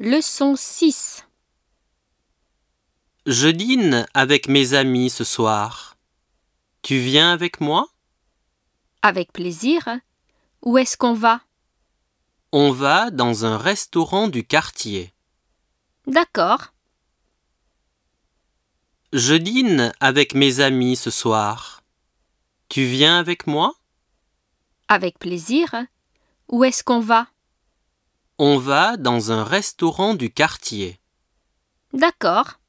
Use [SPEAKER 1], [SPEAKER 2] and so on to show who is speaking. [SPEAKER 1] Leçon 6
[SPEAKER 2] Je dîne avec mes amis ce soir. Tu viens avec moi
[SPEAKER 1] Avec plaisir. Où est-ce qu'on va
[SPEAKER 2] On va dans un restaurant du quartier.
[SPEAKER 1] D'accord.
[SPEAKER 2] Je dîne avec mes amis ce soir. Tu viens avec moi
[SPEAKER 1] Avec plaisir. Où est-ce qu'on va
[SPEAKER 2] On va dans un restaurant du quartier.
[SPEAKER 1] D'accord.